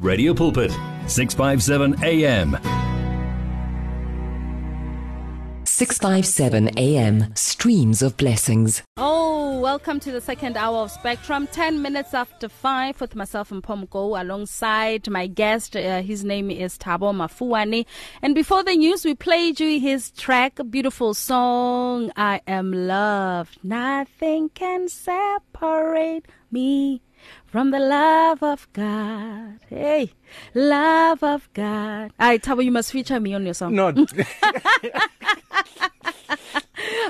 Radio Pulpit, 657 AM. 657 AM, streams of blessings. Oh, welcome to the second hour of Spectrum. 10 minutes after 5 with myself and Pomko alongside my guest. Uh, his name is Tabo Mafuani. And before the news, we played you his track, beautiful song, I Am Loved. Nothing can separate me from the love of God. Hey, love of God. I Tabo, you must feature me on your song. Not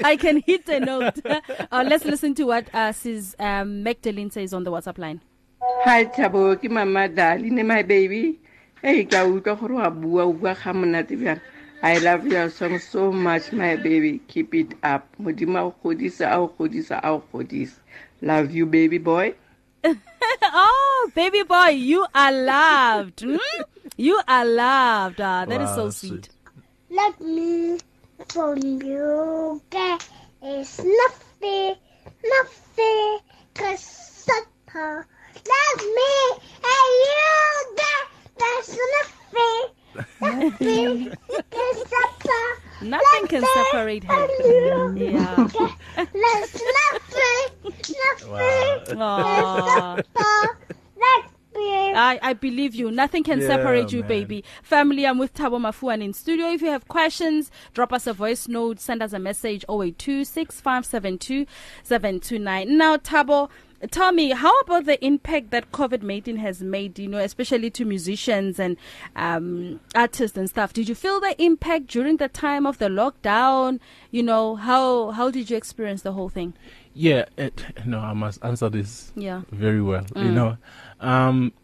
I can hit a note. uh, let's listen to what uh, Sis um, Magdalene says on the WhatsApp line. hi thabo ke mama daline my baby hey ka utlwa gore wa bua o bua ga monate bjang i love your song so much my baby keep it up modimo a go godisa a go godisa a go godisa love you baby boy oh, baby boy, you are loved. Mm? You are loved. Ah, that is Wow, so sweet. sweet. Let me from you get is nothing, nothing can suffer. Let me and you get there's nothing, nothing Nothing can suffer. can separate her. And you Yeah. get there's nothing, nothing Aw. can suffer. Let me. I, I believe you. Nothing can Yeah, separate you, man. baby. Family, I'm with Tabo Mafuan in studio. If you have questions, drop us a voice note, send us a message 082 6572 729. Now, Tabo, tell me, how about the impact that COVID 19 has made, you know, especially to musicians and um, artists and stuff? Did you feel the impact during the time of the lockdown? You know, how, how did you experience the whole thing? yeah. It, no, I must answer this Yeah. very well. You know, um,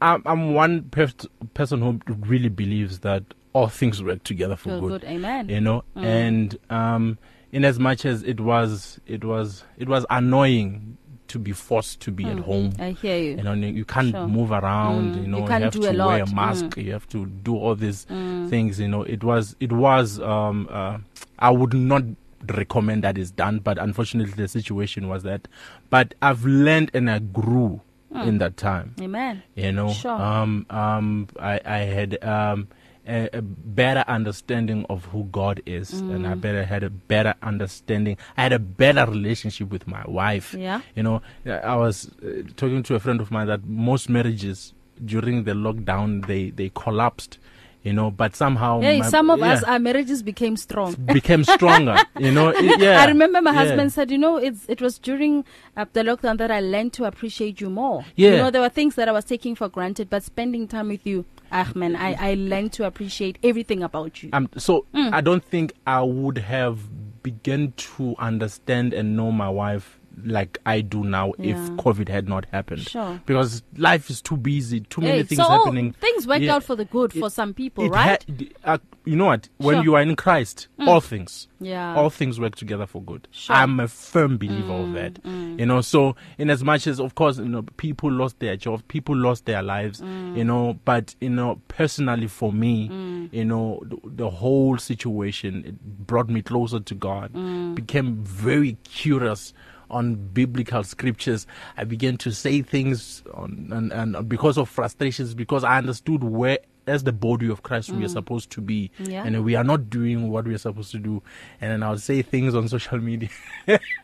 I'm, I'm one pers- person who really believes that all things work together for Feel good. good. Amen. You know, and um, in as much as it was, it was, it was annoying to be forced to be at home. I hear you. you know and you can't Sure. move around Mm, you know you you, can't have do to a wear lot, a Mm. mask you have to do all these things you know it was it was um uh, i would not recommend that is done but unfortunately the situation was that but i've learned and i grew Mm. in that time Amen. you know Sure. um um i i had um a, a better understanding of who god is and Mm. i better had a better understanding i had a better relationship with my wife Yeah. you know i I was uh, talking to a friend of mine that most marriages during the lockdown they they collapsed you know but somehow Hey, my- some of us, yeah, our marriages became strong. became stronger you know It- yeah I remember my yeah. husband said, you know, it's it was during uh, the lockdown that I learned to appreciate you more. You Yeah. know, there were things that I was taking for granted, but spending time with you, ah man, I, I learned to appreciate everything about you. um, so Mm. I don't think I would have begun to understand and know my wife like I do now Yeah. if COVID had not happened. Sure. Because life is too busy, too many Hey, things so oh, happening. things worked Yeah. out for the good for some people, It right? ha- d- uh, you know what? When Sure. Mm. you are in Christ, all things, Yeah. all things work together for good. Sure. I'm a firm believer of that. You know, so in as much as, of course, you know, people lost their jobs, people lost their lives. You know, but you know, personally for me, you know, the, the whole situation it brought me closer to God. Became very curious on biblical scriptures. I began to say things on and, and because of frustrations, because I understood where as the body of Christ we are supposed to be. Yeah. And we are not doing what we are supposed to do. And then I'll say things on social media.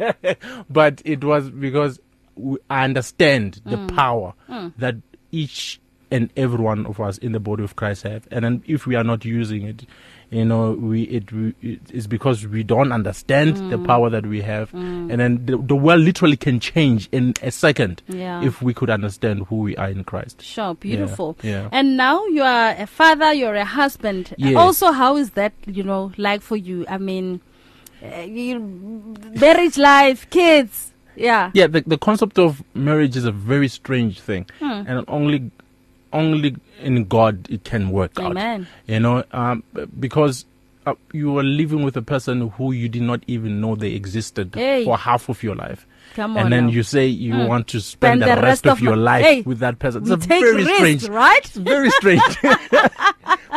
but it was because we, I understand the power that each and every one of us in the body of Christ have. And then if we are not using it, you know, we it, we, it is because we don't understand the power that we have. And then the, the world literally can change in a second Yeah. if we could understand who we are in Christ. Sure, beautiful. yeah. And now you are a father, you're a husband. Yes. Also, how is that, you know, like for you? I mean, uh, you, marriage life, kids. Yeah. yeah the, the concept of marriage is a very strange thing Hmm. and only only in god it can work Amen. out you know um, b- because uh, you are living with a person who you did not even know they existed Hey. for half of your life Come on and then now. Hmm. you say you want to spend, the, rest, of, my- your life Hey, with that person. It's we a take very risks, strange, right? It's very strange.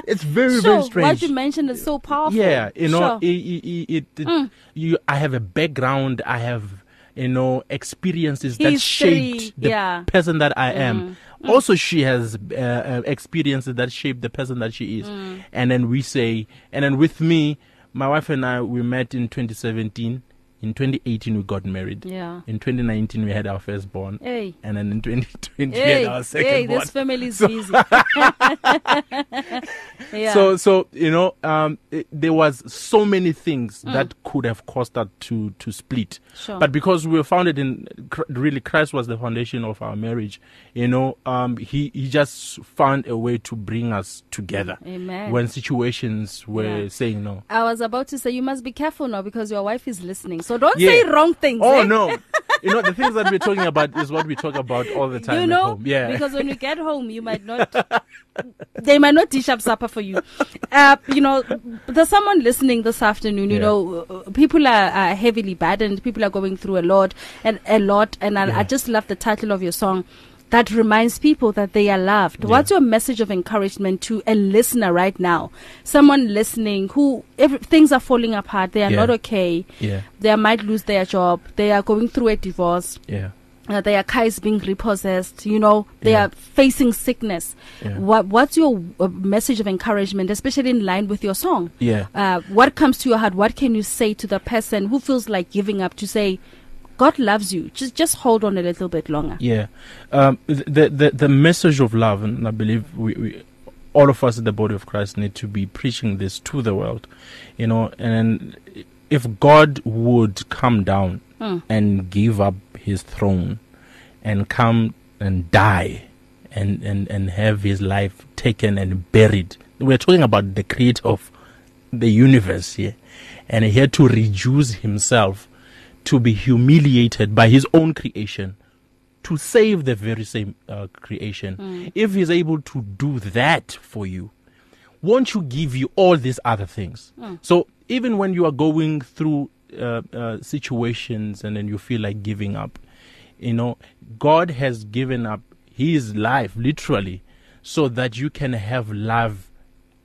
it's Sure, very very strange. what you mentioned is so powerful. Yeah, you know, Sure. it, it, it, it- you. I have a background. I have you know, experiences that History, shaped the yeah. Mm-hmm. Mm. person that I am. Also, she has uh, uh, experiences that shape the person that she is. Mm. And then we say, and then with me, my wife and I, we met in 2017. In 2018, we got married. Yeah. In 2019, we had our firstborn. Hey. And then in 2020, we Hey, had our second hey, born. this family is busy. yeah. So, so you know, um, it, there was so many things that could have caused us to to split. Mm. Sure. But because we were founded in, Chr- really, Christ was the foundation of our marriage. You know, um, he he just found a way to bring us together. Amen. When situations were Yeah. saying no. I was about to say you must be careful now because your wife is listening. So don't Yeah. say wrong things. Oh eh? no. You know the things that we're talking about is what we talk about all the time you at know, home. Yeah, because when you get home, you might not. they might not dish up supper for you. Uh, you know, there's someone listening this afternoon. You Yeah. know, uh, people are, are heavily burdened. People are going through a lot and a lot. And I, Yeah. I just love the title of your song. That reminds people that they are loved. What's your message of encouragement to a listener right now? Someone listening who every, things are falling apart. They are Yeah. not okay. Yeah. They might lose their job. They are going through a divorce yeah. uh, their car is being repossessed. You know, they Yeah. are facing sickness. Yeah. What What's your uh, message of encouragement, especially in line with your song? Yeah. Uh, what comes to your heart? What can you say to the person who feels like giving up? To say, God loves you. Just just hold on a little bit longer. Yeah, um, th- the the the message of love, and I believe we, we all of us in the body of Christ need to be preaching this to the world, you know. And if God would come down and give up His throne, and come and die, and and and have His life taken and buried, we're talking about the Creator of the universe here, and He had to reduce Himself to be humiliated by His own creation to save the very same uh, creation. If he's able to do that for you, won't you give you all these other things? So even when you are going through uh, uh, situations and then you feel like giving up, you know, God has given up His life literally, so that you can have love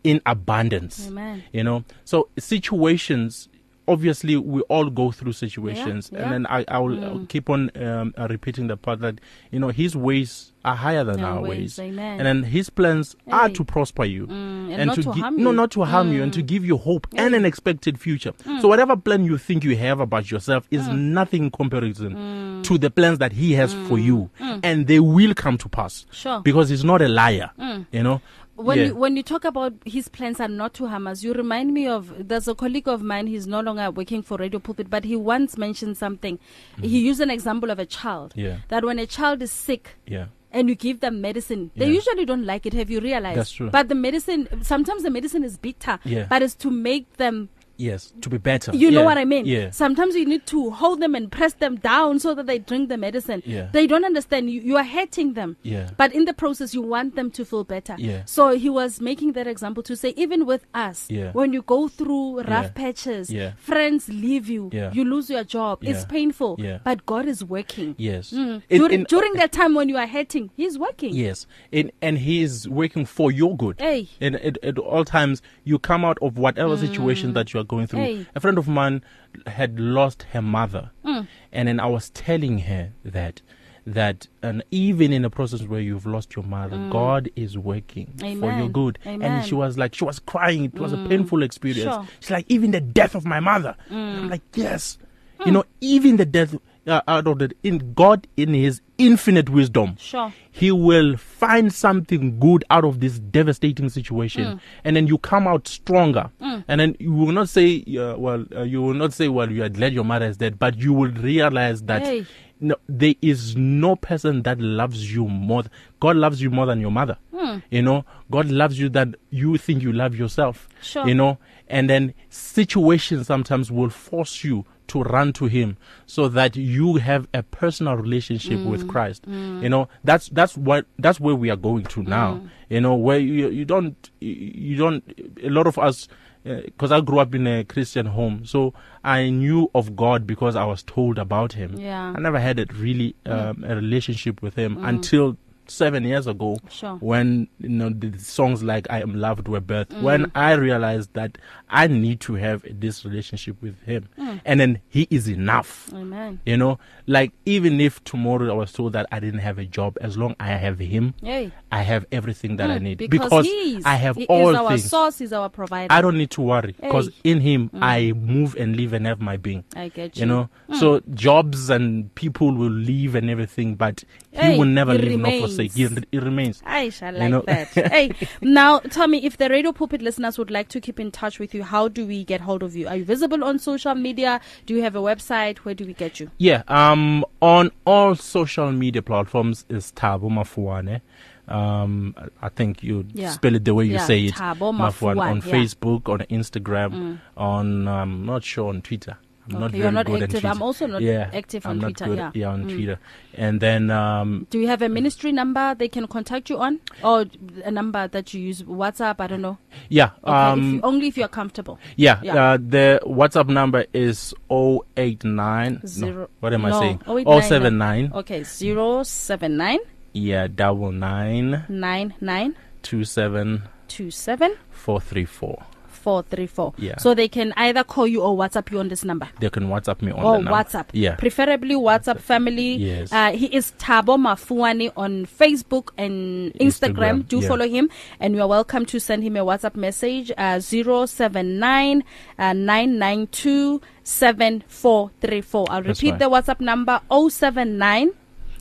in abundance. Amen. You know, so situations. Obviously, we all go through situations, yeah. Mm. and then I, I will uh, keep on um, uh, repeating the part that you know His ways are higher than Than our ways, ways, amen. and then His plans are Hey. Mm, to prosper you and not to gi- harm no, you. Mm. not to harm you, and to give you hope and an expected future. So whatever plan you think you have about yourself is Mm. nothing in comparison to the plans that He has for you, and they will come to pass. Mm. Sure. Mm. because He's not a liar. You know. When Yeah. you, when you talk about his plans are not to harm us, you remind me of there's a colleague of mine. He's no longer working for Radio Pulpit, but he once mentioned something. He used an example of a child. Mm-hmm. Yeah. That when a child is sick, yeah, and you give them medicine, they Yeah. usually don't like it. Have you realized? That's true. But the medicine, sometimes the medicine is bitter, Yeah. but it's to make them, yes, to be better. you know Yeah. what I mean? Yeah, Sometimes you need to hold them and press them down so that they drink the medicine. Yeah. They don't understand. You, you are hurting them. Yeah. But in the process, you want them to feel better. Yeah. So he was making that example to say, even with us, Yeah. when you go through rough Yeah. patches, Yeah. friends leave you, Yeah. you lose your job, it's Yeah. painful, Yeah. but God is working. yes. Mm. In- during in- during that time when you are hurting, he's working. Yes, and and he is working for your good. Hey. And at, at all times, you come out of whatever situation that you are going through. Mm. Hey. Mm. A friend of mine had lost her mother, and then I was telling her that that and even in a process where you've lost your mother, God is working for your Mm. Amen. good. Amen. Mm. And she was like, she was crying. It was a painful experience. Sure. She's like, even the death of my mother. And Mm. I'm like, yes, Hmm. you know, even the death. Uh, out of the in God in His infinite wisdom, Sure. he will find something good out of this devastating situation Hmm. and then you come out stronger and then you will not say uh, well uh, you will not say well you are glad your mother is dead but you will realize that Hey. no, there is no person that loves you more th- god loves you more than your mother Hmm. you know god loves you that you think you love yourself Sure. you know and then situations sometimes will force you to run to him so that you have a personal relationship Hmm. with Christ you know that's that's what that's where we are going to now Hmm. you know where you you don't you- you don't a lot of us because I grew up in a Christian home, so I knew of God because I was told about Him. Yeah. Mm. I never had a really um, a relationship with Him until seven years ago Sure. when you know the songs like I Am Loved were birthed, Mm. when I realized that I need to have this relationship with him. Mm. And then he is enough. Amen. You know, like even if tomorrow I was told that I didn't have a job, as long I have him, Yay. I have everything that I Mm, need because, because he is, I have he all is our things. source, he's our provider. I don't need to worry because Hey. Mm. in Him I move and live and have my being. I get Hmm. You know, so jobs and people will leave and everything, but He Hey, will never he leave nor remains. forsake. He, re- he remains. I shall You like know? that. hey, now tell me if the radio pulpit listeners would like to keep in touch with you, how do we get hold of you? Are you visible on social media? Do you have a website? Where do we get you? Yeah, um, on all social media platforms is Tabo Mafuane. Um, I- I think you Yeah. spell it the way you Yeah, say it. Thabo on Mafuane, yeah. Hmm. Facebook, on Instagram, on um, not sure on Twitter. I'm not Okay, very you're not good on active. Twitter. I'm also not yeah, active I'm on not Twitter, good- yeah. Hmm. on Twitter. And then um, Do you have a ministry number they can contact you on? Or a number that you use? WhatsApp? I don't know. yeah, Okay, if um, you, only if you are comfortable. Yeah, Yeah. Uh, the WhatsApp number is 089. no, Zero- what am no, Oh, I saying? 089. 079. Okay, zero seven nine Yeah, double nine nine nine two seven two seven four three four. four three four. Yeah. So they can either call you or WhatsApp you on this number. They can WhatsApp me on or the number. Oh, WhatsApp. Yeah. Preferably WhatsApp family. Yes. Uh, he is Tabo Mafuani on Facebook and Instagram. Instagram, Do yeah. follow him. And you are welcome to send him a WhatsApp message uh, 079 uh, 992 7434. I'll That's repeat right. the WhatsApp number 079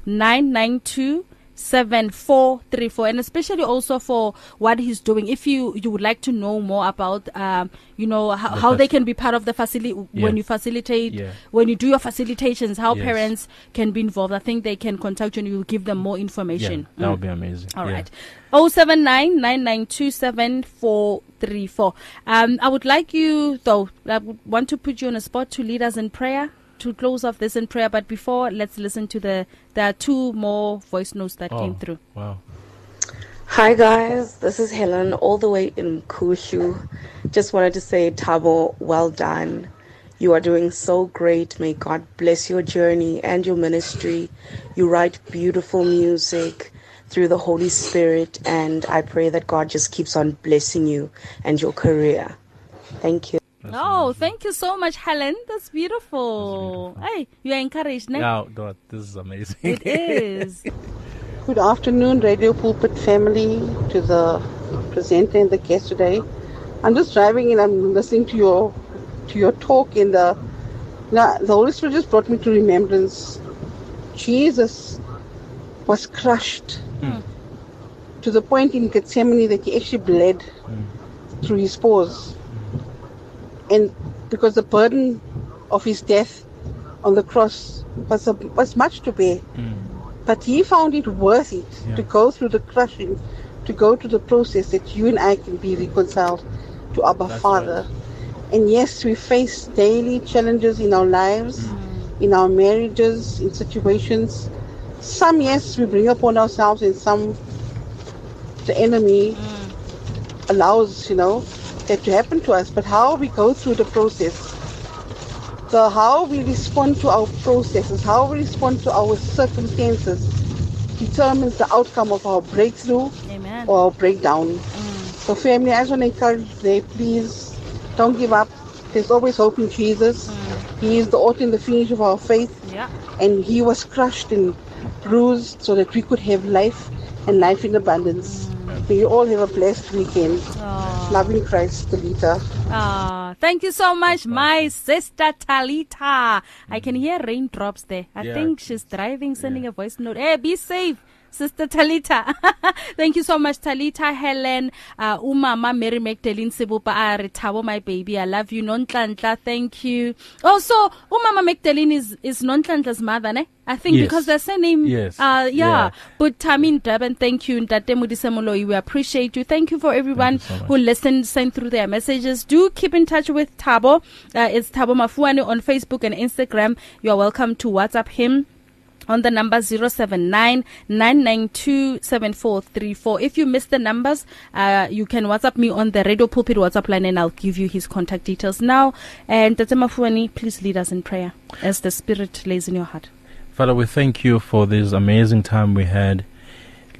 992 7434 and especially also for what he's doing if you you would like to know more about um you know how, how they faci- can be part of the facility when Yeah. you facilitate Yeah. when you do your facilitations how Yes. parents can be involved i think they can contact you and you'll give them more Yeah, information that Mm. would be amazing. All Yeah. right. 0799927434. Um, I would like you, though, I would want to put you on a spot to lead us in prayer, to close off this in prayer. But before, let's listen to the, there are two more voice notes that Oh, came through. Wow. Hi guys, this is Helen all the way in Kushu. Just wanted to say, Tabo, well done. You are doing so great. May God bless your journey and your ministry. You write beautiful music through the Holy Spirit, and I pray that God just keeps on blessing you and your career. Thank you. oh, thank you so much, Helen. That's beautiful. Hey, you are encouraged, ne? Yeah, no, this is amazing. It is. Good afternoon, Radio Pulpit family, to the presenter and the guest today. I'm just driving and I'm listening to your to your talk in the now the Holy Spirit just brought me to remembrance. Jesus was crushed to the point in Gethsemane that he actually bled through his pores. And because the burden of his death on the cross was a, was much to bear but he found it worth it to go through the crushing, to go to the process that you and I can be reconciled to our Father. And yes, we face daily challenges in our lives, in our marriages, in situations. Some, yes, we bring upon ourselves, and some the enemy allows, you know, that to happen to us. But how we go through the process, the how we respond to our processes, how we respond to our circumstances determines the outcome of our breakthrough Amen. or our breakdown. So family, I just want to encourage you today, please don't give up. There's always hope in Jesus. He is the author and the finish of our faith Yeah. and he was crushed and bruised so that we could have life and life in abundance. May you all have a blessed weekend. Loving Christ, the leader. Ah, thank you so much, my sister Talita. I can hear raindrops there. I Mm. Yeah. think she's driving, sending a voice note. Hey, be safe. Sister Talita, thank you so much, Talita, Helen, uh, Umama, Mary Magdalene, Sibupa, Aritabo, my baby, I love you, Nontlantla, thank you. Oh, Also, Umama Magdalene is, is Nontlanta's mother, ne? I think Yes. because their surname, Yes. uh, yeah. Yeah. But Tamin Durban, thank you. Ntate Modise Moloi, we appreciate you. Thank you for everyone who listened, sent through their messages. Do keep in touch with Tabo. Uh, it's Tabo Mafuani on Facebook and Instagram. You are welcome to WhatsApp him. On the number 079 992 7434. If you miss the numbers, uh, you can WhatsApp me on the Radio Pulpit WhatsApp line and I'll give you his contact details now. And Tata Mafuani, please lead us in prayer as the Spirit lays in your heart. Father, we thank you for this amazing time we had.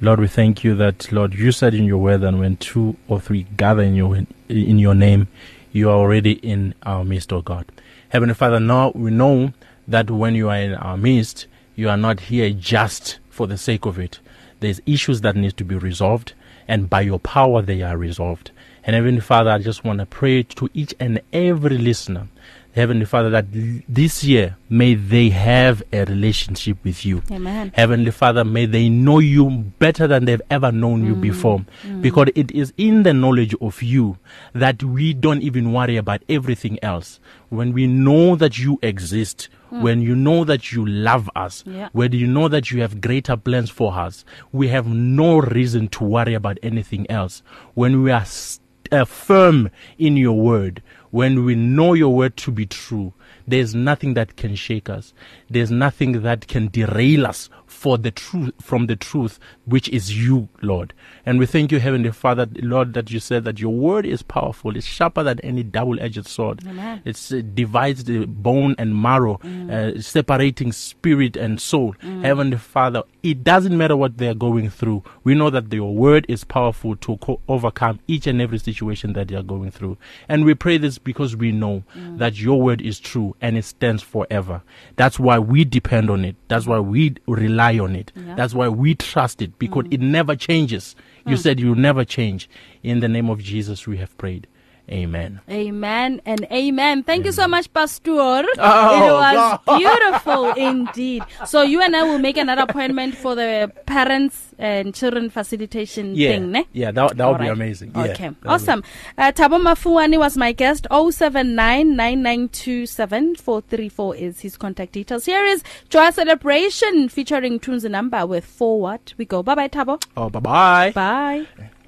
Lord, we thank you that, Lord, you said in your word that when two or three gather in your, in your name, you are already in our midst, O God. Heavenly Father, now we know that when you are in our midst, you are not here just for the sake of it. There's issues that need to be resolved, and by your power they are resolved. And Heavenly Father, I just want to pray to each and every listener, Heavenly Father, that l- this year may they have a relationship with you. Amen. Heavenly Father, may they know you better than they've ever known you before. Because it is in the knowledge of you that we don't even worry about everything else. When we know that you exist, when you know that you love us, Yeah. when you know that you have greater plans for us, we have no reason to worry about anything else. When we are s- uh, firm in your word, when we know your word to be true, there's nothing that can shake us. There's nothing that can derail us for the truth from the truth which is you lord and we thank you heavenly father lord that you said that your word is powerful it's sharper than any double-edged sword Amen. it's it divides the bone and marrow uh, separating spirit and soul heavenly father it doesn't matter what they're going through we know that your word is powerful to co- overcome each and every situation that they are going through and we pray this because we know Mm. that your word is true and it stands forever that's why we depend on it that's why we rely on it that's why we trust it because it Mm. never changes you said you never change in the name of jesus we have prayed amen Amen and amen. Thank you so much, Pastor. it Oh, was God. beautiful indeed. So you and I will make another appointment for the parents and children facilitation yeah, thing, ne? Yeah, that, that would be Alright. amazing. Yeah, Okay, that would- awesome. Uh, Tabo Mafuani was my guest. 0799927434 is his contact details. Here is Joy Celebration featuring Tunes Number with Forward. We go. Bye bye, Tabo. Oh, bye bye. Bye.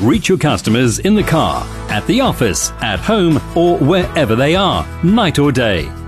Reach your customers in the car, at the office, at home, or wherever they are, night or day.